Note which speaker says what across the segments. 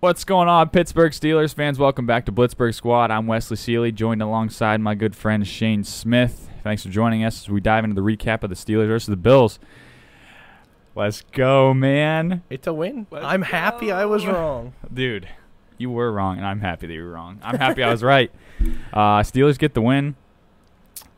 Speaker 1: What's going on, Pittsburgh Steelers fans? Welcome back to Blitzburg Squad. I'm Wesley Seeley, joined alongside my good friend Shane Smith. Thanks for joining us as we dive into the recap of the Steelers versus the Bills. Let's go, man.
Speaker 2: It's a win. I'm happy I was wrong.
Speaker 1: Dude, you were wrong, and I'm happy that you were wrong. I'm happy I was right. Uh, Steelers get the win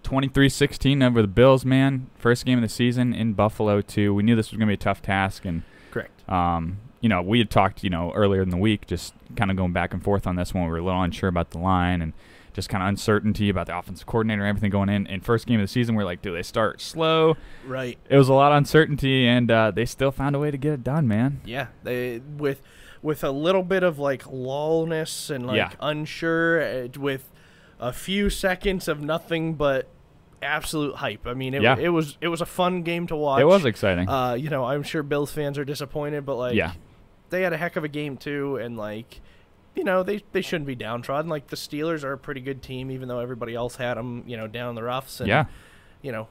Speaker 1: 23 16 over the Bills, man. First game of the season in Buffalo, too. We knew this was going to be a tough task, and
Speaker 2: Correct.
Speaker 1: um, you know, we had talked, you know, earlier in the week, just kind of going back and forth on this one. We were a little unsure about the line and just kind of uncertainty about the offensive coordinator and everything going in. And first game of the season, we are like, do they start slow?
Speaker 2: Right.
Speaker 1: It was a lot of uncertainty, and uh, they still found a way to get it done, man.
Speaker 2: Yeah. They with with a little bit of like lullness and like
Speaker 1: Yeah.
Speaker 2: unsure uh, with a few seconds of nothing but absolute hype. I mean, it,
Speaker 1: Yeah.
Speaker 2: it was it was a fun game to watch.
Speaker 1: It was exciting.
Speaker 2: uh, you know, I'm sure Bills fans are disappointed, but like
Speaker 1: yeah.
Speaker 2: they had a heck of a game too and like you know, they they shouldn't be downtrodden. Like the Steelers are a pretty good team even though everybody else had them, you know, down in the roughs and
Speaker 1: Yeah.
Speaker 2: you know,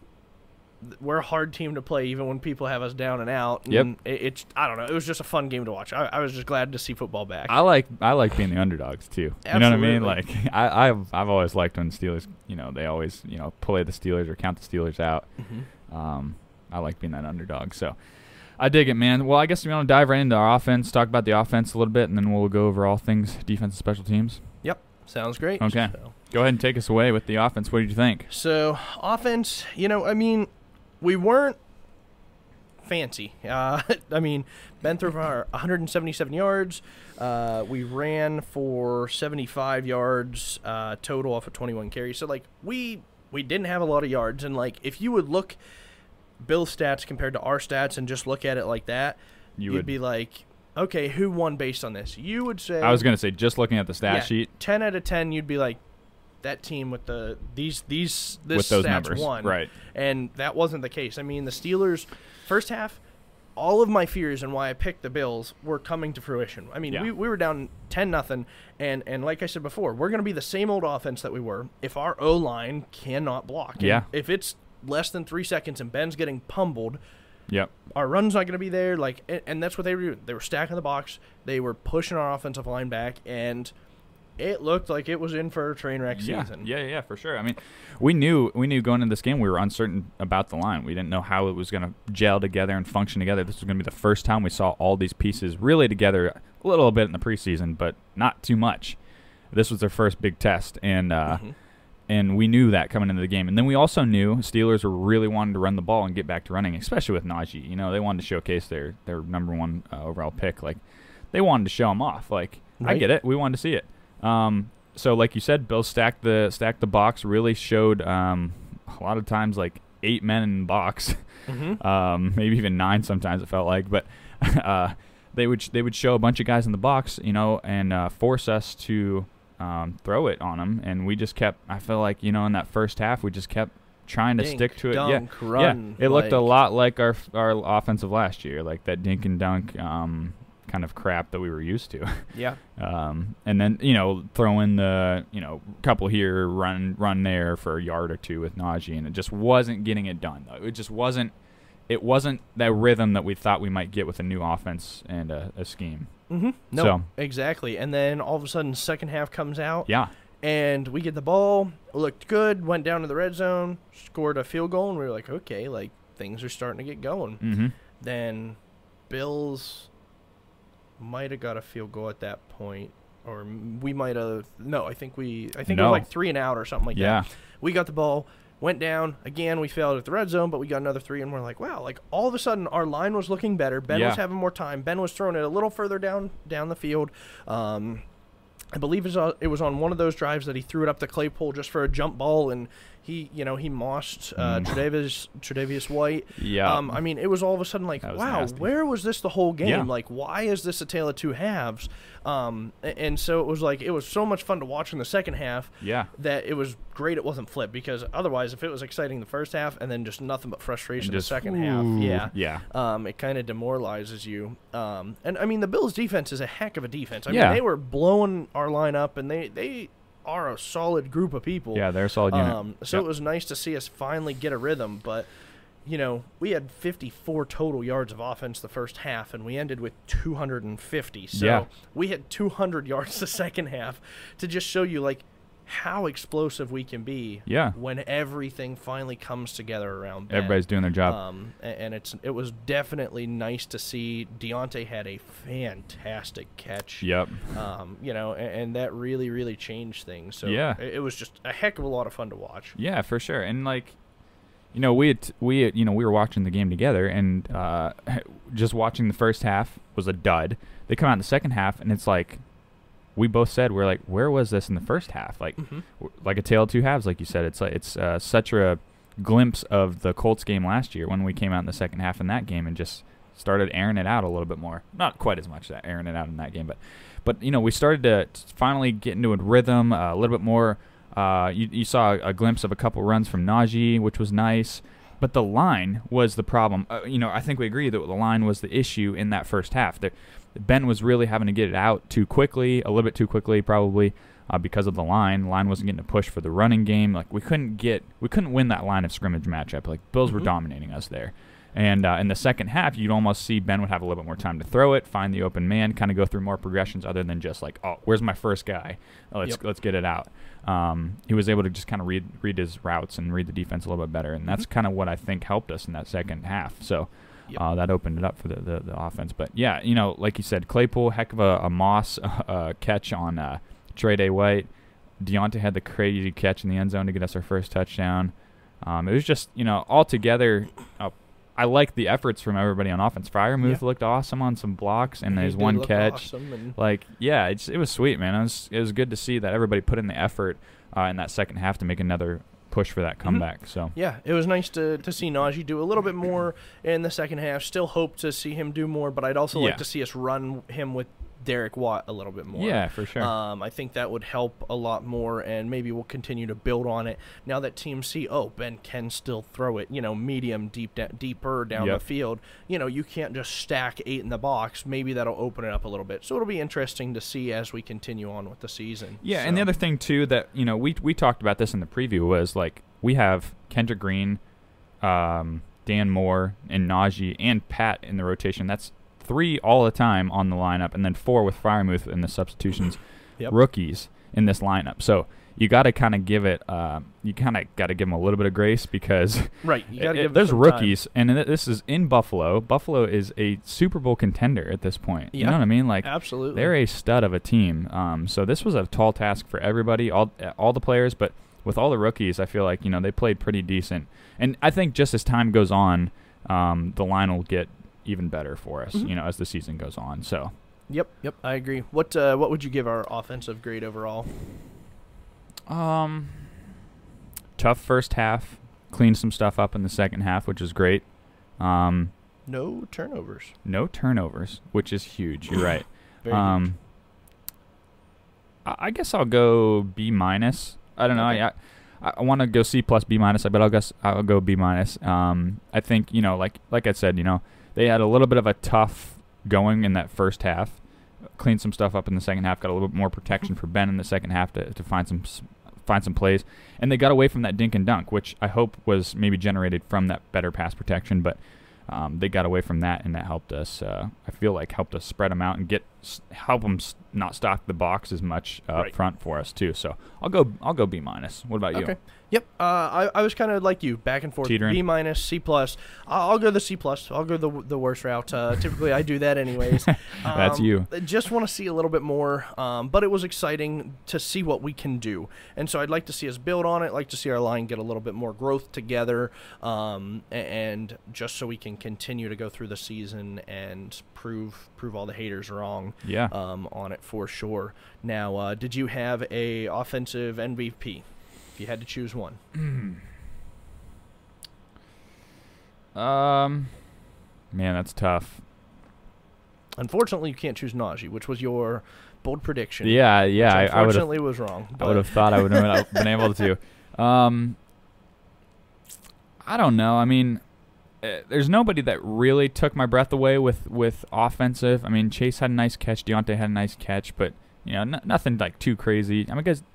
Speaker 2: th- we're a hard team to play even when people have us down and out. And
Speaker 1: Yep.
Speaker 2: It, it's I don't know. It was just a fun game to watch. I, I was just glad to see football back.
Speaker 1: I like I like being the underdogs too. You know what I mean? Like
Speaker 2: Absolutely.
Speaker 1: I, I've I've always liked when Steelers you know, they always, you know, play the Steelers or count the Steelers out.
Speaker 2: Mhm.
Speaker 1: Um, I like being that underdog. So I dig it, man. Well, I guess we want to dive right into our offense, talk about the offense a little bit, and then we'll go over all things defense and special teams.
Speaker 2: Yep. Sounds great.
Speaker 1: Okay.
Speaker 2: So,
Speaker 1: Go ahead and take us away with the offense. What did you think?
Speaker 2: so offense, you know, I mean, we weren't fancy. Uh, I mean, Ben threw for 177 yards. Uh, we ran for 75 yards uh, total off of 21 carries. So like we we didn't have a lot of yards. And like if you would look Bill's stats compared to our stats and just look at it like that,
Speaker 1: You
Speaker 2: you would be like, okay, who won based on this? You would say
Speaker 1: I was gonna say just looking at the stat
Speaker 2: Yeah,
Speaker 1: sheet
Speaker 2: ten out of ten. You'd be like, that team with the these these this
Speaker 1: with those
Speaker 2: stats
Speaker 1: numbers.
Speaker 2: won,
Speaker 1: Right.
Speaker 2: And that wasn't the case. I mean, the Steelers first half. All of my fears and why I picked the Bills were coming to fruition. I mean,
Speaker 1: Yeah.
Speaker 2: we, we were down ten nothing, and and like I said before, we're going to be the same old offense that we were if our O line cannot block. And
Speaker 1: Yeah.
Speaker 2: If it's less than three seconds and Ben's getting pummeled,
Speaker 1: Yep.
Speaker 2: our run's not going to be there. Like, and, and that's what they were doing. They were stacking the box. They were pushing our offensive line back, and it looked like it was in for a train wreck
Speaker 1: Yeah,
Speaker 2: season.
Speaker 1: yeah, yeah, for sure. I mean, we knew we knew going into this game we were uncertain about the line. We didn't know how it was going to gel together and function together. This was going to be the first time we saw all these pieces really together. A little bit in the preseason, but not too much. This was their first big test, and uh,
Speaker 2: Mhm.
Speaker 1: and we knew that coming into the game. And then we also knew Steelers were really wanting to run the ball and get back to running, especially with Najee. You know, they wanted to showcase their their number one uh, overall pick. Like they wanted to show him off. Like I
Speaker 2: Right.
Speaker 1: get it. We wanted to see it. Um, so like you said, Bill stacked the stacked the box. Really showed um, a lot of times like eight men in the box
Speaker 2: Mhm.
Speaker 1: um, maybe even nine sometimes it felt like, but uh, they would they would show a bunch of guys in the box, you know, and uh, force us to um, throw it on them, and we just kept. I feel like you know in that first half we just kept trying to
Speaker 2: Dink,
Speaker 1: stick to it.
Speaker 2: dunk,
Speaker 1: yeah,
Speaker 2: run,
Speaker 1: yeah. It looked a
Speaker 2: like-
Speaker 1: lot like our our offensive last year, like that dink and dunk um, kind of crap that we were used to.
Speaker 2: Yeah.
Speaker 1: Um, and then you know throw in the you know couple here, run run there for a yard or two with Najee, and it just wasn't getting it done. Though it just wasn't, it wasn't that rhythm that we thought we might get with a new offense and a, a scheme.
Speaker 2: Mm-hmm. No,
Speaker 1: So-
Speaker 2: exactly. And then all of a sudden, second half comes out,
Speaker 1: Yeah,
Speaker 2: and we get the ball. Looked good. Went down to the red zone, scored a field goal, and we were like, okay, like things are starting to get going.
Speaker 1: mm-hmm.
Speaker 2: Then Bills might have got a field goal at that point. Or m- we might have no. I think we. I think it
Speaker 1: No.
Speaker 2: was like three and out or something like that.
Speaker 1: yeah,
Speaker 2: We got the ball, went down. Again, we failed at the red zone, but we got another three, and we're like, wow, like all of a sudden our line was looking better. Ben
Speaker 1: Yeah.
Speaker 2: was having more time. Ben was throwing it a little further down down the field. Um, I believe it was on- it was on one of those drives that he threw it up to Claypool just for a jump ball, and he, you know, he mossed uh,
Speaker 1: Mm.
Speaker 2: Tredavious, Tredavious White.
Speaker 1: yeah.
Speaker 2: Um, I mean, it was all of a sudden like,
Speaker 1: That was
Speaker 2: wow,
Speaker 1: nasty.
Speaker 2: where was this the whole game?
Speaker 1: Yeah.
Speaker 2: Like, why is this a tale of two halves? Um, a- and so it was like it was so much fun to watch in the second half
Speaker 1: yeah.
Speaker 2: that it was great. It wasn't flipped because otherwise, if it was exciting the first half and then just nothing but
Speaker 1: And
Speaker 2: frustration
Speaker 1: just-
Speaker 2: the second
Speaker 1: ooh,
Speaker 2: half, yeah.
Speaker 1: yeah.
Speaker 2: Um, it kind of demoralizes you. Um, and I mean, the Bills' defense is a heck of a defense. I
Speaker 1: Yeah.
Speaker 2: mean, they were blowing our line up, and they they are a solid group of people.
Speaker 1: Yeah, they're a solid unit.
Speaker 2: Um, so
Speaker 1: Yep.
Speaker 2: it was nice to see us finally get a rhythm, but you know, we had 54 total yards of offense the first half, and we ended with 250. So
Speaker 1: Yeah.
Speaker 2: we had 200 yards the second half to just show you, like, how explosive we can be
Speaker 1: Yeah.
Speaker 2: when everything finally comes together around Ben.
Speaker 1: Everybody's doing their job.
Speaker 2: Um, a- and it's it was definitely nice to see Deontay had a fantastic catch.
Speaker 1: yep.
Speaker 2: Um, you know, a- and, that really really changed things. So
Speaker 1: Yeah.
Speaker 2: it, it was just a heck of a lot of fun to watch.
Speaker 1: Yeah, for sure. And like, you know, we had, we had, you know we were watching the game together, and uh, just watching the first half was a dud. They come out in the second half, and it's like, we both said we're like, where was this in the first half? Like,
Speaker 2: Mhm.
Speaker 1: w- like a tale of two halves, like you said. It's like it's uh, such a glimpse of the Colts game last year when we came out in the second half in that game and just started airing it out a little bit more. Not quite as much that airing it out in that game, but but you know we started to t- finally get into a rhythm uh, a little bit more. Uh, you, you saw a glimpse of a couple runs from Najee, which was nice. But the line was the problem. Uh, you know, I think we agree that the line was the issue in that first half. That Ben was really having to get it out too quickly, a little bit too quickly, probably uh, because of the line. The line wasn't getting a push for the running game. Like we couldn't get, we couldn't win that line of scrimmage matchup. Like Bills were
Speaker 2: Mhm.
Speaker 1: dominating us there. And uh, in the second half, you'd almost see Ben would have a little bit more time to throw it, find the open man, kind of go through more progressions other than just like, oh, where's my first guy? Oh, let's
Speaker 2: Yep.
Speaker 1: let's get it out. Um, he was able to just kind of read read his routes and read the defense a little bit better, and that's kind of what I think helped us in that second half. So.
Speaker 2: Yep.
Speaker 1: Uh, that opened it up for the, the, the offense, but yeah, you know, like you said, Claypool, heck of a, a Moss uh, catch on uh, Trey Day White. Deontay had the crazy catch in the end zone to get us our first touchdown. Um, it was just, you know, altogether, uh, I liked the efforts from everybody on offense. Fryermuth
Speaker 2: Yeah.
Speaker 1: looked awesome on some blocks, and
Speaker 2: He
Speaker 1: there's
Speaker 2: did
Speaker 1: one
Speaker 2: look
Speaker 1: catch.
Speaker 2: awesome and-
Speaker 1: Like, yeah, it's, it was sweet, man. It was, it was good to see that everybody put in the effort uh, in that second half to make another push for
Speaker 2: Mm-hmm.
Speaker 1: that comeback. So,
Speaker 2: Yeah, it was nice to, to see Najee do a little bit more in the second half. Still hope to see him do more, but I'd also
Speaker 1: Yeah.
Speaker 2: like to see us run him with Derek Watt a little bit more.
Speaker 1: yeah, for sure.
Speaker 2: Um, I think that would help a lot more, and maybe we'll continue to build on it now that teams see, oh, Ben can still throw it, you know, medium, deep, da- deeper down
Speaker 1: Yep.
Speaker 2: the field. You know, you can't just stack eight in the box. Maybe that'll open it up a little bit. So it'll be interesting to see as we continue on with the season.
Speaker 1: Yeah, and
Speaker 2: So-
Speaker 1: the other thing too that you know we we talked about this in the preview was like we have Kendra Green, um, Dan Moore, and Najee and Pat in the rotation. That's three all the time on the lineup, and then four with Fryermuth in the substitutions,
Speaker 2: Yep.
Speaker 1: rookies in this lineup. So you got to kind of give it, uh, you kind of got to give them a little bit of grace because
Speaker 2: right, you got to
Speaker 1: it-
Speaker 2: give
Speaker 1: eh, there's
Speaker 2: some time.
Speaker 1: rookies, and th- this is in Buffalo. Buffalo is a Super Bowl contender at this point. You
Speaker 2: Yeah.
Speaker 1: know what I mean? Like
Speaker 2: Absolutely.
Speaker 1: they're a stud of a team. Um, so this was a tall task for everybody, all all the players, but with all the rookies, I feel like you know they played pretty decent. And I think just as time goes on, um, the line will get even better for us.
Speaker 2: Mhm.
Speaker 1: You know, as the season goes on. So
Speaker 2: Yep, yep, I agree. What uh, what would you give our offensive grade overall?
Speaker 1: Um, tough first half. Cleaned some stuff up in the second half, which is great. Um,
Speaker 2: No turnovers.
Speaker 1: no turnovers, which is huge. You're right.
Speaker 2: Very huge.
Speaker 1: um, I I guess I'll go B minus. I don't know.
Speaker 2: Okay.
Speaker 1: I I, I want to go C plus B minus. I bet I'll guess I'll go B minus. Um, I think you know, like like I said, you know, they had a little bit of a tough going in that first half. Cleaned some stuff up in the second half. Got a little bit more protection for Ben in the second half to, to find some s- find some plays, and they got away from that dink and dunk, which I hope was maybe generated from that better pass protection, but. Um, they got away from that, and that helped us. Uh, I feel like helped us spread them out and get s- help them s- not stock the box as much uh, up
Speaker 2: Right.
Speaker 1: front for us too. So I'll go. I'll go B minus. What about you?
Speaker 2: Okay. Yep. Uh, I, I was kind of like you, back and forth.
Speaker 1: Teetering.
Speaker 2: B minus, C plus. I'll, I'll go the C plus. I'll go the the worst route. Uh, typically, I do that anyways.
Speaker 1: That's
Speaker 2: Um,
Speaker 1: you.
Speaker 2: I Just want to see a little bit more, um, but it was exciting to see what we can do, and so I'd like to see us build on it. Like to see our line get a little bit more growth together, um, a- and just so we can continue to go through the season and prove prove all the haters wrong.
Speaker 1: Yeah.
Speaker 2: um, on it for sure. Now, uh, did you have a offensive MVP? If you had to choose one,
Speaker 1: Um, man, that's tough.
Speaker 2: unfortunately, you can't choose Najee, which was your bold prediction.
Speaker 1: Yeah, yeah. I,
Speaker 2: which
Speaker 1: I would have.
Speaker 2: unfortunately was wrong.
Speaker 1: I
Speaker 2: but-
Speaker 1: would have thought I would have been able to. Um, I don't know. I mean, eh, there's nobody that really took my breath away with with offensive. I mean, Chase had a nice catch. Deontay had a nice catch, but you know, n- nothing like too crazy. I mean, I guess.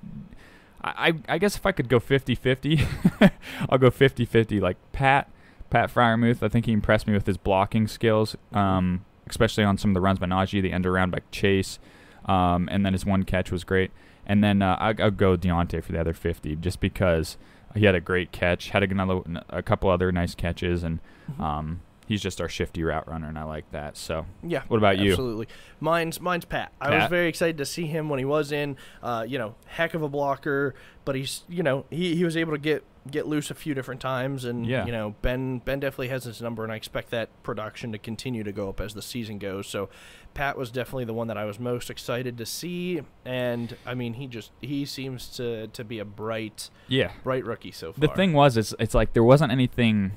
Speaker 1: I, I I guess if I could go 50-50, I'll go 50-50. Like Pat Pat Fryermuth, I think he impressed me with his blocking skills, um, especially on some of the runs by Najee, the end around by Chase, um, and then his one catch was great. And then uh, I'll, I'll go Deontay for the other 50 just because he had a great catch, had another, a couple other nice catches, and
Speaker 2: Mm-hmm.
Speaker 1: um, he's just our shifty route runner, and I like that. So
Speaker 2: Yeah.
Speaker 1: What about you?
Speaker 2: Absolutely. Mine's mine's Pat. I was
Speaker 1: Pat?
Speaker 2: very excited to see him when he was in. Uh, you know, heck of a blocker, but he's you know he, he was able to get get loose a few different times, and
Speaker 1: Yeah.
Speaker 2: you know Ben Ben definitely has his number, and I expect that production to continue to go up as the season goes. So, Pat was definitely the one that I was most excited to see, and I mean he just he seems to to be a bright
Speaker 1: yeah,
Speaker 2: bright rookie so far.
Speaker 1: the thing was, it's it's like there wasn't anything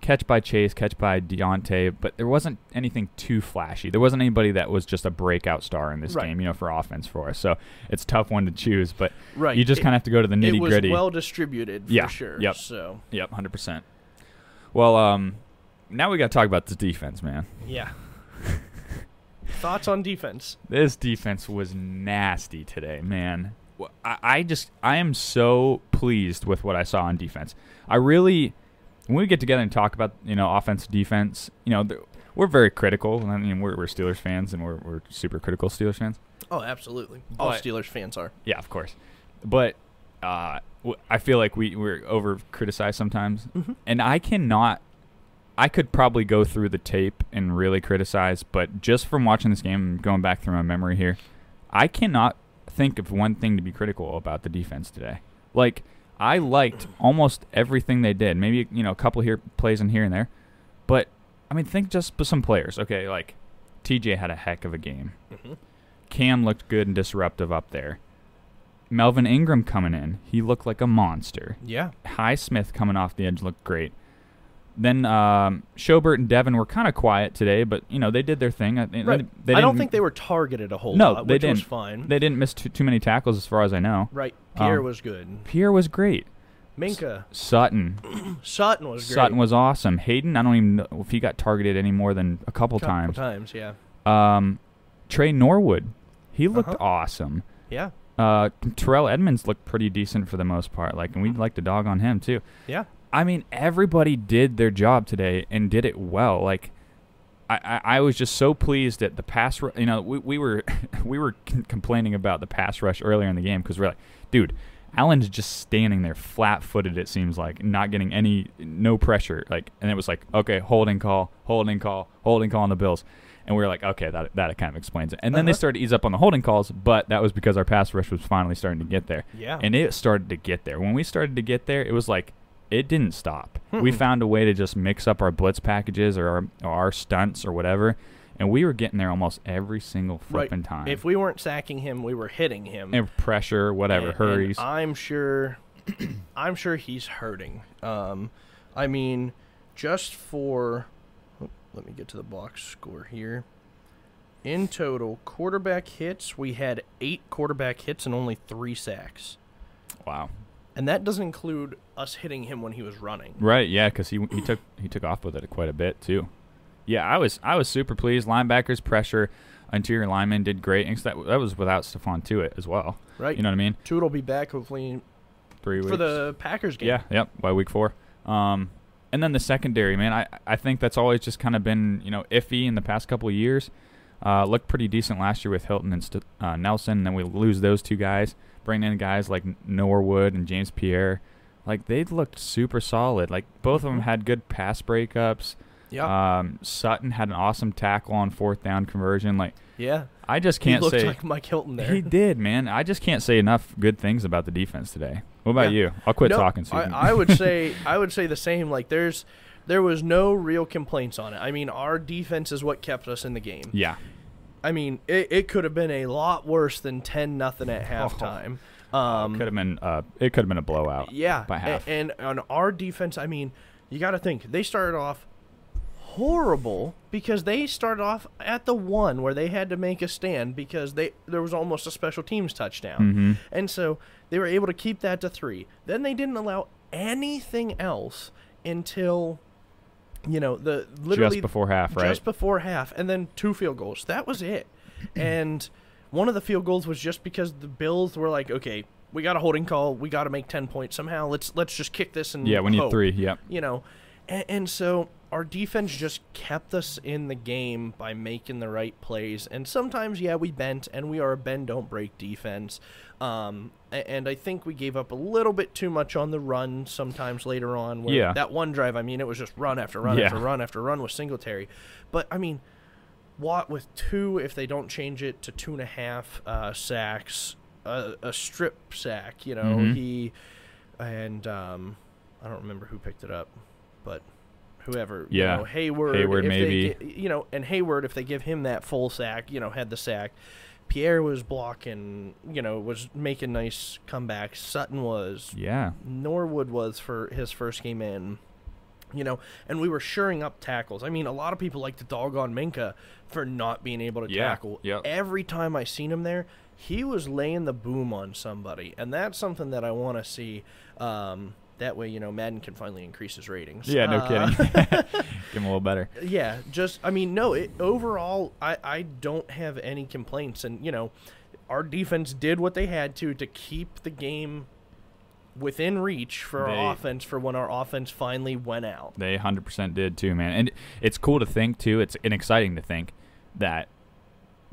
Speaker 1: catch by Chase, catch by Deontay, but there wasn't anything too flashy. There wasn't anybody that was just a breakout star in this
Speaker 2: Right.
Speaker 1: game, you know, for offense for us. So it's a tough one to choose, but
Speaker 2: right?
Speaker 1: you just
Speaker 2: It-
Speaker 1: kind of have to go to the
Speaker 2: it
Speaker 1: nitty
Speaker 2: was
Speaker 1: gritty.
Speaker 2: well distributed for
Speaker 1: Yeah,
Speaker 2: sure.
Speaker 1: yep.
Speaker 2: So
Speaker 1: yep, hundred percent. Well, um, now we got to talk about the defense, man.
Speaker 2: yeah. Thoughts on defense?
Speaker 1: This defense was nasty today, man. Wh- I, I just I am so pleased with what I saw on defense. I really, when we get together and talk about you know offense defense, you know th- we're very critical. I mean we're, we're Steelers fans and we're we're super critical Steelers fans.
Speaker 2: Oh, absolutely. All
Speaker 1: But-
Speaker 2: Steelers fans are.
Speaker 1: Yeah, of course. But uh, w- I feel like we we're over criticized sometimes,
Speaker 2: Mm-hmm.
Speaker 1: and I cannot. I could probably go through the tape and really criticize, but just from watching this game and going back through my memory here, I cannot think of one thing to be critical about the defense today. Like I liked almost everything they did. Maybe you know a couple here plays in here and there, but I mean think just b- some players. Okay, like TJ had a heck of a game.
Speaker 2: Mm-hmm.
Speaker 1: Cam looked good and disruptive up there. Melvin Ingram coming in, he looked like a monster.
Speaker 2: Yeah.
Speaker 1: Highsmith coming off the edge looked great. Then um, Schobert and Devin were kind of quiet today, but you know they did their thing. I, they,
Speaker 2: Right.
Speaker 1: they
Speaker 2: I don't
Speaker 1: didn't-
Speaker 2: think they were targeted a whole
Speaker 1: No,
Speaker 2: lot,
Speaker 1: they
Speaker 2: which
Speaker 1: didn't.
Speaker 2: was fine.
Speaker 1: They didn't miss too, too many tackles, as far as I know.
Speaker 2: right. Pierre
Speaker 1: Um,
Speaker 2: was good.
Speaker 1: Pierre was great.
Speaker 2: Minka.
Speaker 1: Sutton,
Speaker 2: Sutton was great.
Speaker 1: Sutton was awesome. Hayden, I don't even know if he got targeted any more than a couple,
Speaker 2: Couple
Speaker 1: times.
Speaker 2: times, yeah.
Speaker 1: Um, Trey Norwood, he looked
Speaker 2: Uh-huh.
Speaker 1: awesome.
Speaker 2: Yeah.
Speaker 1: Uh, Terrell Edmonds looked pretty decent for the most part. Like,
Speaker 2: Uh-huh.
Speaker 1: and we'd like to dog on him too.
Speaker 2: Yeah.
Speaker 1: I mean, everybody did their job today and did it well. Like, I, I, I was just so pleased at the pass. Ru- you know, we, we were we were c- complaining about the pass rush earlier in the game because we're like, dude, Allen's just standing there flat-footed. It seems like not getting any no pressure. Like, and it was like, okay, holding call, holding call, holding call on the Bills. And we were like, okay, that, that kind of explains it. And then they
Speaker 2: Uh-huh.
Speaker 1: started to ease up on the holding calls, but that was because our pass rush was finally starting to get there
Speaker 2: Yeah.
Speaker 1: and it started to get there. When we started to get there, it was like it didn't stop. We
Speaker 2: Hmm.
Speaker 1: found a way to just mix up our blitz packages or our, or our stunts or whatever, and we were getting there almost every single
Speaker 2: right.
Speaker 1: flipping time.
Speaker 2: If we weren't sacking him, we were hitting him.
Speaker 1: and pressure, whatever,
Speaker 2: And- and
Speaker 1: hurries.
Speaker 2: I'm sure I'm sure he's hurting. Um I mean, just for let me get to the box score here. In total, quarterback hits, we had 8 quarterback hits and only 3 sacks.
Speaker 1: wow.
Speaker 2: And that doesn't include us hitting him when he was running.
Speaker 1: Right? Yeah, because he he took he took off with it quite a bit too. Yeah, I was I was super pleased. Linebackers pressure, interior linemen did great. And that that was without Stephon to it as well.
Speaker 2: Right.
Speaker 1: You know what I mean?
Speaker 2: Toot will be back hopefully
Speaker 1: Three weeks
Speaker 2: for the Packers game.
Speaker 1: Yeah, yep, by week four. Um, and then the secondary, man, I, I think that's always just kind of been, you know, iffy in the past couple of years. Uh, looked pretty decent last year with Hilton and St- uh, Nelson, and then we lose those two guys. Bring in guys like Norwood and James Pierre. Like, they looked super solid. Like, both of
Speaker 2: Mm-hmm.
Speaker 1: them had good pass breakups.
Speaker 2: Yeah.
Speaker 1: Um, Sutton had an awesome tackle on fourth down conversion. Like,
Speaker 2: yeah.
Speaker 1: I just
Speaker 2: He
Speaker 1: can't
Speaker 2: looked
Speaker 1: say.
Speaker 2: like Mike Hilton there.
Speaker 1: he did, man. I just can't say enough good things about the defense today. What about
Speaker 2: Yeah.
Speaker 1: you? I'll quit
Speaker 2: No,
Speaker 1: talking so you can-
Speaker 2: I, I would say I would say the same. Like there's there was no real complaints on it. I mean, our defense is what kept us in the game.
Speaker 1: yeah.
Speaker 2: I mean, it, it could have been a lot worse than ten nothing at halftime. Um,
Speaker 1: Could have Oh, been uh, it could have been a blowout.
Speaker 2: yeah,
Speaker 1: by
Speaker 2: a-
Speaker 1: half.
Speaker 2: And, on our defense, I mean, you got to think they started off horrible because they started off at the one where they had to make a stand because they there was almost a special teams touchdown,
Speaker 1: Mm-hmm.
Speaker 2: and so they were able to keep that to three. Then they didn't allow anything else until. You know the literally
Speaker 1: before half, right?
Speaker 2: Just before half, and then two field goals. That was it. and one of the field goals was just because the Bills were like, okay, we got a holding call, we got to make ten points somehow. Let's let's just kick this and
Speaker 1: yeah, we need
Speaker 2: hope,"
Speaker 1: three. Yep.
Speaker 2: You know, And, and so our defense just kept us in the game by making the right plays. And sometimes, yeah, we bent, and we are a bend don't break defense. Um, a- and I think we gave up a little bit too much on the run sometimes later on. Where
Speaker 1: Yeah.
Speaker 2: That one drive, I mean, it was just run after run
Speaker 1: Yeah.
Speaker 2: after run after run with Singletary. But, I mean, Watt with two, if they don't change it to two and a half uh, sacks, a, a strip sack, you know,
Speaker 1: Mhm.
Speaker 2: he and um, I don't remember who picked it up, but whoever,
Speaker 1: Yeah.
Speaker 2: you know, Hayward,
Speaker 1: Hayward
Speaker 2: if they
Speaker 1: maybe.
Speaker 2: gi- you know, and Hayward, if they give him that full sack, you know, had the sack. Pierre was blocking, you know, was making nice comebacks. Sutton was,
Speaker 1: Yeah.
Speaker 2: Norwood was for his first game in. You know, and we were shoring up tackles. I mean, a lot of people like to dog on Minka for not being able to
Speaker 1: Yeah,
Speaker 2: tackle.
Speaker 1: yep.
Speaker 2: Every time I seen him there, he was laying the boom on somebody, and that's something that I want to see. Um, that way, you know, Madden can finally increase his ratings.
Speaker 1: Yeah, no
Speaker 2: Uh,
Speaker 1: kidding. Give him a little better.
Speaker 2: yeah, just I mean, no. It, overall, I I don't have any complaints, and you know, our defense did what they had to to keep the game within reach for
Speaker 1: They-
Speaker 2: our offense for when our offense finally went out.
Speaker 1: They 100% did too, man. And it's cool to think too. It's and exciting to think that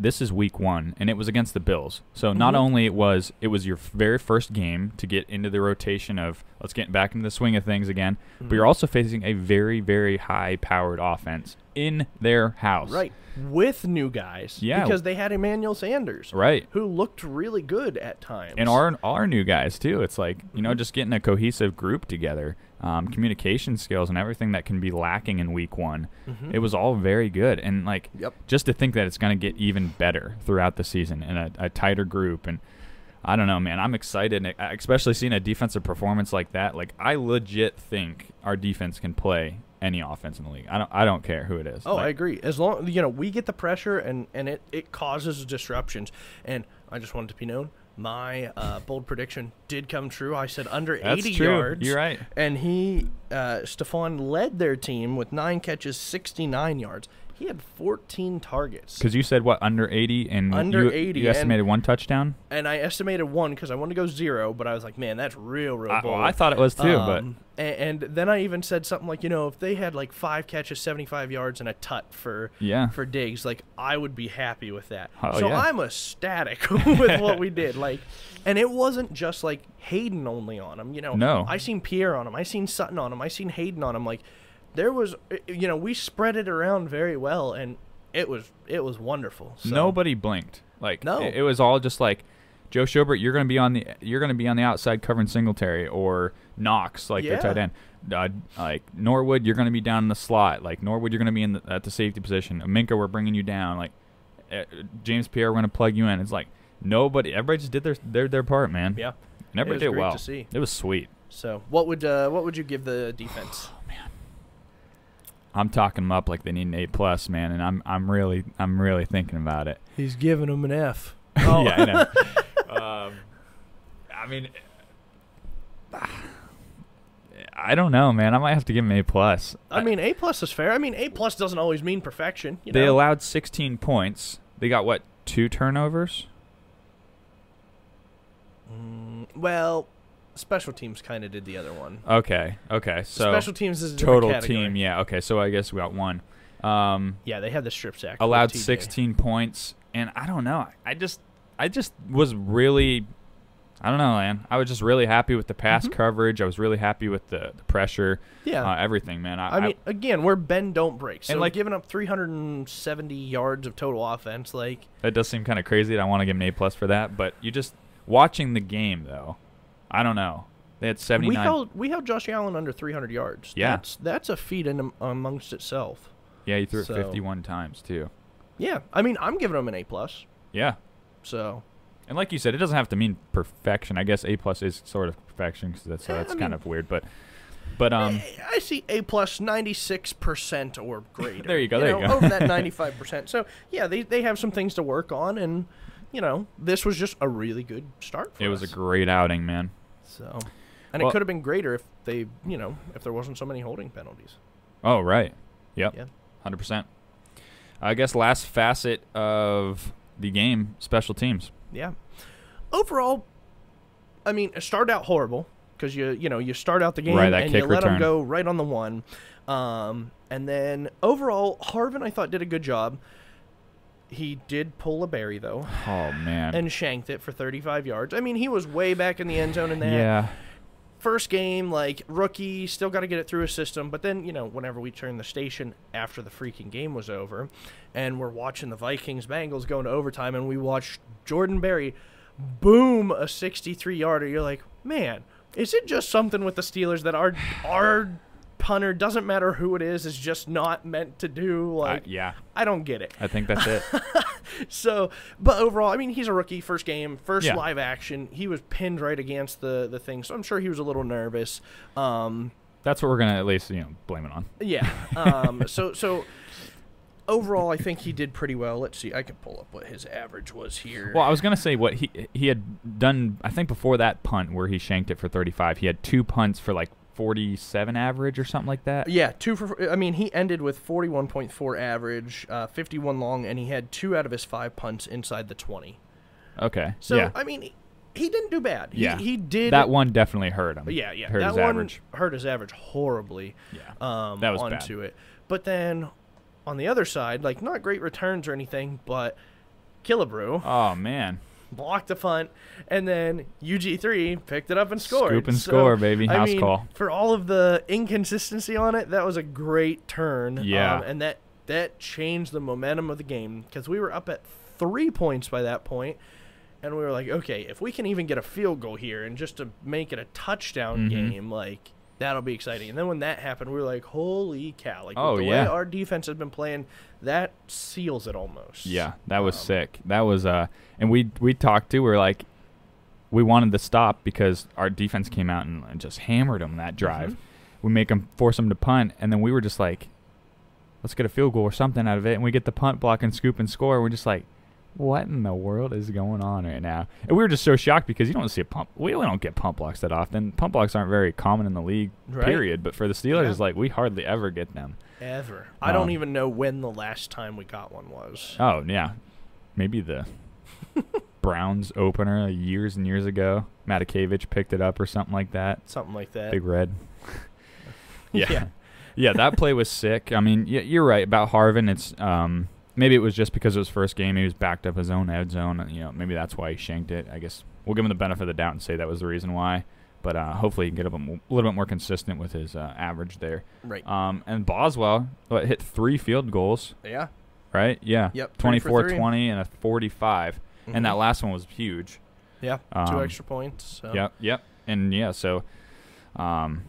Speaker 1: this is week 1 and it was against the Bills. So not
Speaker 2: Mhm.
Speaker 1: only it was it was your f- very first game to get into the rotation of let's get back into the swing of things again, but
Speaker 2: Mm-hmm.
Speaker 1: you're also facing a very very high powered offense in their house.
Speaker 2: Right, with new guys.
Speaker 1: Yeah.
Speaker 2: because they had Emmanuel Sanders,
Speaker 1: Right.
Speaker 2: who looked really good at times.
Speaker 1: and our our new guys too. It's like you
Speaker 2: Mm-hmm.
Speaker 1: know, just getting a cohesive group together, um, communication skills, and everything that can be lacking in week one. It was all very good, and like
Speaker 2: Mm-hmm. Yep.
Speaker 1: just to think that it's going to get even better throughout the season in a, a tighter group and. I don't know, man. I'm excited, and I- especially seeing a defensive performance like that. Like, I legit think our defense can play any offense in the league. I don't, I don't care who it is.
Speaker 2: Oh, I
Speaker 1: Like,
Speaker 2: agree. As long you know, we get the pressure and and it it causes disruptions. And I just wanted to be known. My uh, bold prediction did come true. I said under
Speaker 1: That's
Speaker 2: 80
Speaker 1: true.
Speaker 2: yards.
Speaker 1: You're right.
Speaker 2: And he, uh, Stefan, led their team with nine catches, 69 yards. He had 14 targets.
Speaker 1: Because you said what under 80, and
Speaker 2: Under
Speaker 1: you,
Speaker 2: 80,
Speaker 1: you
Speaker 2: and-
Speaker 1: estimated one touchdown.
Speaker 2: And I estimated one because I wanted to go zero, but I was like, man, that's real, real
Speaker 1: I,
Speaker 2: bold.
Speaker 1: I thought it was too, but
Speaker 2: Um, a- and, then I even said something like, you know, if they had like five catches, seventy-five yards, and a tut for
Speaker 1: Yeah.
Speaker 2: for digs, like I would be happy with that.
Speaker 1: Oh,
Speaker 2: so
Speaker 1: yeah.
Speaker 2: I'm ecstatic with what we did. Like, and it wasn't just like Hayden only on him. You know,
Speaker 1: No.
Speaker 2: I seen Pierre on him, I seen Sutton on him, I seen Hayden on him. Like, there was, you know, we spread it around very well, and it was it was wonderful. So.
Speaker 1: Nobody blinked. Like
Speaker 2: No.
Speaker 1: it, it was all just like Joe Schobert, you're gonna be on the you're gonna be on the outside covering Singletary or Knox, like
Speaker 2: Yeah.
Speaker 1: their tight end. Uh, like Norwood, you're gonna be down in the slot. Like Norwood, you're gonna be in the, at the safety position. Minka, we're bringing you down. Like uh, James Pierre, we're gonna plug you in. It's like nobody, everybody just did their their, their part, man.
Speaker 2: Yeah.
Speaker 1: and everybody did
Speaker 2: It was great
Speaker 1: well.
Speaker 2: to see.
Speaker 1: It was sweet.
Speaker 2: So what would uh, what would you give the defense?
Speaker 1: I'm talking them up like they need an A plus, man, and I'm I'm really I'm really thinking about it.
Speaker 2: He's giving him an F.
Speaker 1: yeah, I know. um, I mean, I don't know, man. I might have to give him a plus.
Speaker 2: I mean, A plus is fair. I mean, A plus doesn't always mean perfection. You
Speaker 1: they
Speaker 2: know?
Speaker 1: allowed 16 points. They got what two turnovers?
Speaker 2: Mm, well, special teams kind of did the other one.
Speaker 1: Okay, okay. So
Speaker 2: special teams is a different
Speaker 1: total
Speaker 2: category.
Speaker 1: team, yeah. Okay, so I guess we got one. Um,
Speaker 2: Yeah, they had the strip sack. with
Speaker 1: allowed
Speaker 2: TJ.
Speaker 1: 16 points, and I don't know. I just, I just was really, I don't know, man. I was just really happy with the pass coverage. I was really happy with the, the pressure,
Speaker 2: Mm-hmm. Yeah.
Speaker 1: uh, everything, man. I,
Speaker 2: I mean, again, we're bend don't break. So
Speaker 1: And, like-
Speaker 2: like giving up 370 yards of total offense, like
Speaker 1: That does seem kind of crazy. and I want to give him an A plus for that, but you just watching the game though. I don't know. They had seventy
Speaker 2: we
Speaker 1: nine.
Speaker 2: held we held Josh Allen under 300 yards.
Speaker 1: Yeah.
Speaker 2: that's that's a feat in am- amongst itself.
Speaker 1: yeah, you threw
Speaker 2: so-
Speaker 1: it fifty one times too.
Speaker 2: Yeah, I mean, I'm giving him an A plus.
Speaker 1: Yeah,
Speaker 2: So
Speaker 1: and like you said, it doesn't have to mean perfection. I guess A plus is sort of perfection, 'cause that's so
Speaker 2: Yeah,
Speaker 1: that's
Speaker 2: Eh, I
Speaker 1: kind
Speaker 2: mean- Eh,
Speaker 1: of weird. But but um,
Speaker 2: I see A plus 96 percent or greater.
Speaker 1: There you go, there you
Speaker 2: know,
Speaker 1: go.
Speaker 2: over that 95 percent. So yeah, they they have some things to work on, and you know, this was just a really good start. for
Speaker 1: it was a
Speaker 2: us.
Speaker 1: great outing, man.
Speaker 2: so, and
Speaker 1: Well-
Speaker 2: it could have been greater if they you know if there wasn't so many holding penalties.
Speaker 1: Oh right, yep,
Speaker 2: Yeah.
Speaker 1: hundred percent. I guess last facet of the game, special teams.
Speaker 2: Yeah. Overall, I mean, it started out horrible. because you you know you start out the game
Speaker 1: Right, that
Speaker 2: and
Speaker 1: kick
Speaker 2: you let them
Speaker 1: return.
Speaker 2: go right on the one. Um, and then overall, Harvin I thought did a good job. He did pull a berry though
Speaker 1: Oh man.
Speaker 2: and shanked it for 35 yards. I mean, he was way back in the end zone in that
Speaker 1: yeah.
Speaker 2: first game, like rookie, still got to get it through his system. But then, you know, whenever we turned the station after the freaking game was over, and we're watching the Vikings Bengals going to overtime, and we watch Jordan Berry boom a 63 yarder, you're like, man, is it just something with the Steelers that our our punter doesn't matter who it is is just not meant to do?
Speaker 1: I,
Speaker 2: Like,
Speaker 1: yeah.
Speaker 2: I don't get it.
Speaker 1: I think that's it.
Speaker 2: So, but overall, I mean, he's a rookie, first game, first
Speaker 1: Yeah.
Speaker 2: live action. He was pinned right against the the thing, so I'm sure he was a little nervous. Um,
Speaker 1: that's what we're gonna at least you know blame it on.
Speaker 2: yeah. Um, so so overall, I think he did pretty well. Let's see, I can pull up what his average was here.
Speaker 1: Well, I was gonna say what he he had done. I think before that punt where he shanked it for 35, he had two punts for like 47 average or something like that.
Speaker 2: yeah, two for. I mean, he ended with 41.4 average, uh, 51 long, and he had two out of his five punts inside the 20.
Speaker 1: Okay.
Speaker 2: So
Speaker 1: yeah.
Speaker 2: I mean, he, he didn't do bad. He,
Speaker 1: yeah.
Speaker 2: he did
Speaker 1: that one definitely hurt him.
Speaker 2: Yeah, yeah.
Speaker 1: Hurt
Speaker 2: that
Speaker 1: his
Speaker 2: one
Speaker 1: average.
Speaker 2: hurt his average horribly.
Speaker 1: Yeah.
Speaker 2: um,
Speaker 1: That was bad.
Speaker 2: onto it. But then on the other side, like not great returns or anything, but Killebrew
Speaker 1: Oh man.
Speaker 2: blocked a punt, and then UG3 picked it up and scored.
Speaker 1: Scoop and
Speaker 2: So,
Speaker 1: score, baby.
Speaker 2: I
Speaker 1: House
Speaker 2: mean,
Speaker 1: call.
Speaker 2: For all of the inconsistency on it, that was a great turn.
Speaker 1: Yeah.
Speaker 2: um, and that that changed the momentum of the game because we were up at three points by that point, and we were like, okay, if we can even get a field goal here and just to make it a touchdown
Speaker 1: Mm-hmm.
Speaker 2: game, like. That'll be exciting. And then when that happened, we were like, "Holy cow!" Like with
Speaker 1: Oh,
Speaker 2: the way
Speaker 1: yeah.
Speaker 2: our defense has been playing, that seals it almost.
Speaker 1: Yeah, that
Speaker 2: Um,
Speaker 1: was sick. That was uh, and we we talked too. We are like, we wanted to stop because our defense came out and, and just hammered them that drive.
Speaker 2: Mm-hmm.
Speaker 1: We make them force them to punt, and then we were just like, let's get a field goal or something out of it, and we get the punt block and scoop and score. We're just like. What in the world is going on right now? And we were just so shocked because you don't see a pump. We, we don't get pump blocks that often. Pump blocks aren't very common in the league,
Speaker 2: Right.
Speaker 1: period. But for the Steelers,
Speaker 2: Yeah.
Speaker 1: it's like we hardly ever get them.
Speaker 2: Ever. I don't
Speaker 1: Um,
Speaker 2: even know when the last time we got one was.
Speaker 1: Oh yeah, maybe the Browns opener years and years ago. Matakevich picked it up or something like that.
Speaker 2: Something like that.
Speaker 1: Big red. yeah.
Speaker 2: Yeah.
Speaker 1: yeah, That play was sick. I mean, y- you're right about Harvin. It's um, maybe it was just because it was first game. He was backed up his own end zone. and, You know, maybe that's why he shanked it. I guess we'll give him the benefit of the doubt and say that was the reason why. But uh, hopefully he can get a bit mo- little bit more consistent with his uh, average there.
Speaker 2: right.
Speaker 1: Um, and Boswell what, hit three field goals
Speaker 2: yeah.
Speaker 1: right? Yeah.
Speaker 2: Yep, three for
Speaker 1: 24
Speaker 2: three. Mm-hmm.
Speaker 1: 20 and a 45. And that last one was huge.
Speaker 2: Yeah. Two
Speaker 1: um,
Speaker 2: extra points. So.
Speaker 1: Yep. Yep. And yeah, so um,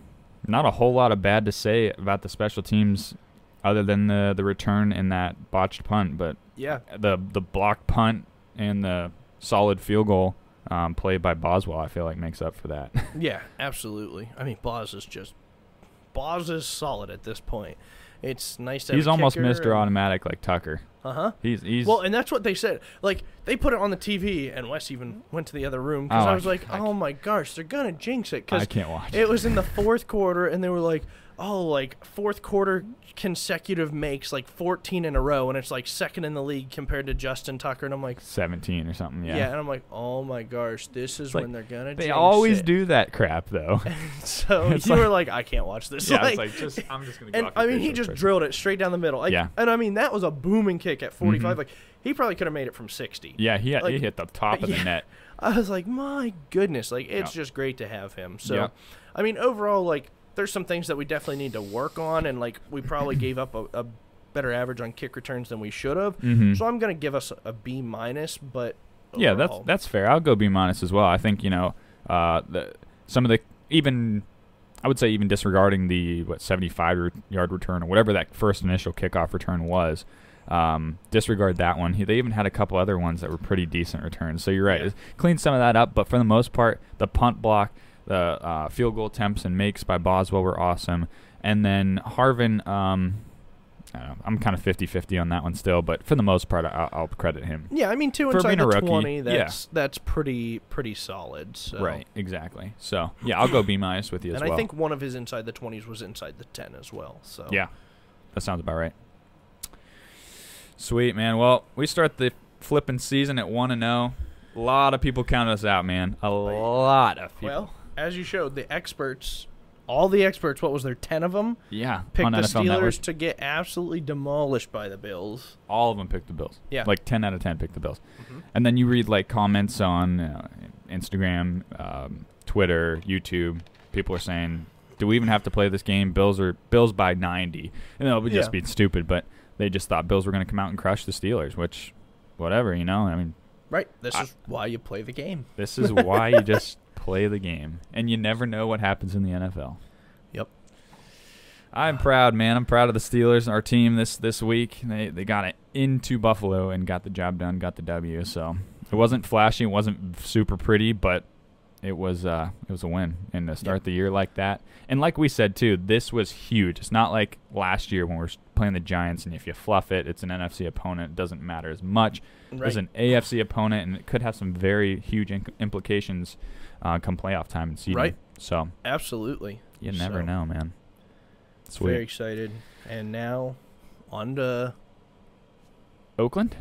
Speaker 1: not a whole lot of bad to say about the special teams other than the, the return and that botched punt, but
Speaker 2: Yeah.
Speaker 1: the the blocked punt and the solid field goal um, played by Boswell, I feel like makes up for that.
Speaker 2: Yeah. Absolutely. I mean, Boz is just. Boz is solid at this point. It's nice to.
Speaker 1: he's almost Mr. Automatic like Tucker.
Speaker 2: Uh huh.
Speaker 1: He's he's
Speaker 2: Well, and that's what they said. Like they put it on the TV, and Wes even went to the other room because
Speaker 1: Oh,
Speaker 2: I
Speaker 1: I
Speaker 2: was like,
Speaker 1: c- I
Speaker 2: "Oh my gosh, they're gonna jinx it." Because
Speaker 1: I can't watch.
Speaker 2: It was in the fourth quarter, and they were like, "Oh, like fourth quarter consecutive makes, like 14 in a row," and it's like second in the league compared to Justin Tucker. And I'm like,
Speaker 1: 17 or something,
Speaker 2: "Yeah,", and I'm like, "Oh my gosh, this is
Speaker 1: like,
Speaker 2: when they're gonna."
Speaker 1: They
Speaker 2: jinx
Speaker 1: always
Speaker 2: it.
Speaker 1: do that crap though.
Speaker 2: So
Speaker 1: It's
Speaker 2: you
Speaker 1: like-
Speaker 2: were like, "I can't watch this."
Speaker 1: Yeah,
Speaker 2: like,
Speaker 1: it's like just I'm just gonna. Go
Speaker 2: and
Speaker 1: off
Speaker 2: I
Speaker 1: your
Speaker 2: mean, he
Speaker 1: facial
Speaker 2: just
Speaker 1: expression.
Speaker 2: drilled it straight down the middle. Like,
Speaker 1: Yeah. Mm-hmm.
Speaker 2: and I mean, that was a booming kick at 45. Like, he probably could have made it from 60.
Speaker 1: Yeah, he, he
Speaker 2: like-
Speaker 1: hit the top of
Speaker 2: yeah.
Speaker 1: the net.
Speaker 2: I was like, my goodness, like it's
Speaker 1: Yeah.
Speaker 2: just great to have him. So,
Speaker 1: Yeah.
Speaker 2: I mean, overall, like there's some things that we definitely need to work on, and like we probably gave up a, a better average on kick returns than we should have.
Speaker 1: Mhm.
Speaker 2: So I'm gonna give us a B minus, but
Speaker 1: Yeah, that's
Speaker 2: overall-
Speaker 1: that's fair. I'll go B minus as well. I think you know uh, the, some of the even I would say even disregarding the what 75 r- yard return or whatever that first initial kickoff return was. Um, disregard that one. He, they even had a couple other ones that were pretty decent returns. So you're right.
Speaker 2: Yeah.
Speaker 1: It's- Clean some of that up, but for the most part, the punt block, the uh, field goal attempts and makes by Boswell were awesome. And then Harvin, um, I don't know, I'm kind of 50-50 on that one still, but for the most part, I, I'll credit him.
Speaker 2: yeah. I mean, two
Speaker 1: for
Speaker 2: inside
Speaker 1: being a
Speaker 2: the
Speaker 1: rookie,
Speaker 2: 20.
Speaker 1: yeah.
Speaker 2: That's that's pretty pretty solid. So.
Speaker 1: Right, exactly. So yeah, I'll go B minus with you as
Speaker 2: And
Speaker 1: well.
Speaker 2: I think one of his inside the 20s was inside the 10 as well. So
Speaker 1: yeah, that sounds about right. Sweet man. Well, we start the oh. flipping season at one and zero. A lot of people counted us out, man. A lot of people.
Speaker 2: Well, as you showed, the experts, all the experts, what was there, 10 of them,
Speaker 1: Yeah,
Speaker 2: picked
Speaker 1: on
Speaker 2: the
Speaker 1: NFL
Speaker 2: Steelers
Speaker 1: Network,
Speaker 2: to get absolutely demolished by the Bills.
Speaker 1: all of them picked the Bills.
Speaker 2: Yeah.
Speaker 1: like ten out of ten picked the Bills. And then you read like comments on uh, Instagram, um, Twitter, YouTube. People are saying, "Do we even have to play this game? Bills are Bills by 90." And that would just
Speaker 2: Yeah.
Speaker 1: be stupid. But they just thought Bills were going to come out and crush the Steelers, which, whatever, you know. I mean,
Speaker 2: Right. This
Speaker 1: I-
Speaker 2: is why you play the game.
Speaker 1: this is why you just play the game, and you never know what happens in the NFL.
Speaker 2: Yep.
Speaker 1: I'm proud, man. I'm proud of the Steelers, our team this this week. They they got it into Buffalo and got the job done, got the W. So it wasn't flashy, it wasn't super pretty, but it was uh it was a win. And to start
Speaker 2: Yep.
Speaker 1: the year like that, and like we said too, this was huge. It's not like last year when we were playing the Giants, and if you fluff it, it's an NFC opponent. It doesn't matter as much. There's
Speaker 2: Right.
Speaker 1: an AFC opponent, and it could have some very huge inc- implications uh, come playoff time and season.
Speaker 2: Right.
Speaker 1: So
Speaker 2: Absolutely.
Speaker 1: you never
Speaker 2: So,
Speaker 1: know, man. Sweet.
Speaker 2: Very excited. And now on to,
Speaker 1: Oakland?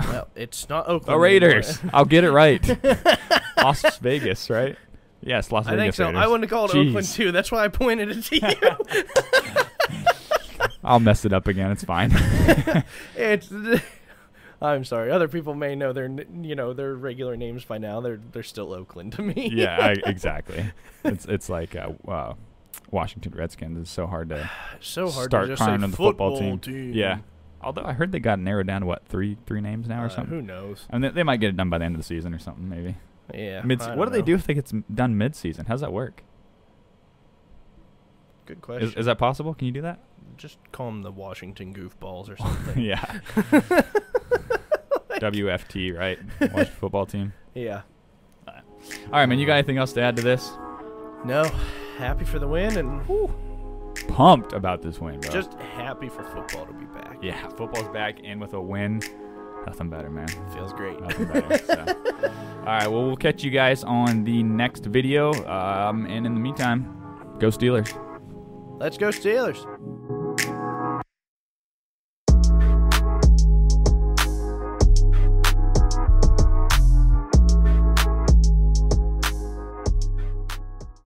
Speaker 2: well, it's not Oakland.
Speaker 1: The
Speaker 2: anymore.
Speaker 1: Raiders. I'll get it right. Las Vegas, right? Yes, Las
Speaker 2: I think
Speaker 1: Vegas
Speaker 2: so.
Speaker 1: Raiders.
Speaker 2: I wouldn't call it
Speaker 1: Jeez.
Speaker 2: Oakland, too. That's why I pointed it to you.
Speaker 1: I'll mess it up again. It's fine.
Speaker 2: It's. I'm sorry. Other people may know their, n- you know, their regular names by now. They're they're still Oakland to me.
Speaker 1: yeah, I, exactly. It's it's like uh, uh, Washington Redskins is so hard to
Speaker 2: so hard
Speaker 1: start
Speaker 2: to just say
Speaker 1: crying on the football, team.
Speaker 2: team.
Speaker 1: Yeah. Although I heard they got narrowed down to what three three names now or
Speaker 2: Uh,
Speaker 1: something.
Speaker 2: who knows?
Speaker 1: I mean, they, they might get it done by the end of the season or something, maybe.
Speaker 2: Yeah.
Speaker 1: Mid-
Speaker 2: I
Speaker 1: what do
Speaker 2: don't
Speaker 1: they
Speaker 2: know.
Speaker 1: do if they gets done mid season? How's that work?
Speaker 2: Good
Speaker 1: Is,
Speaker 2: question.
Speaker 1: is that possible? Can you do that?
Speaker 2: just call them the Washington goofballs or something.
Speaker 1: yeah. WFT, right? Washington football team.
Speaker 2: yeah.
Speaker 1: All right, man. You got anything else to add to this?
Speaker 2: No. Happy for the win and
Speaker 1: Pumped about this win, bro.
Speaker 2: just happy for football to be back.
Speaker 1: yeah, football's back, and with a win, nothing better, man.
Speaker 2: Feels great.
Speaker 1: Nothing better. so. All right. Well, we'll catch you guys on the next video. Um, and in the meantime, go Steelers.
Speaker 2: Let's go Steelers.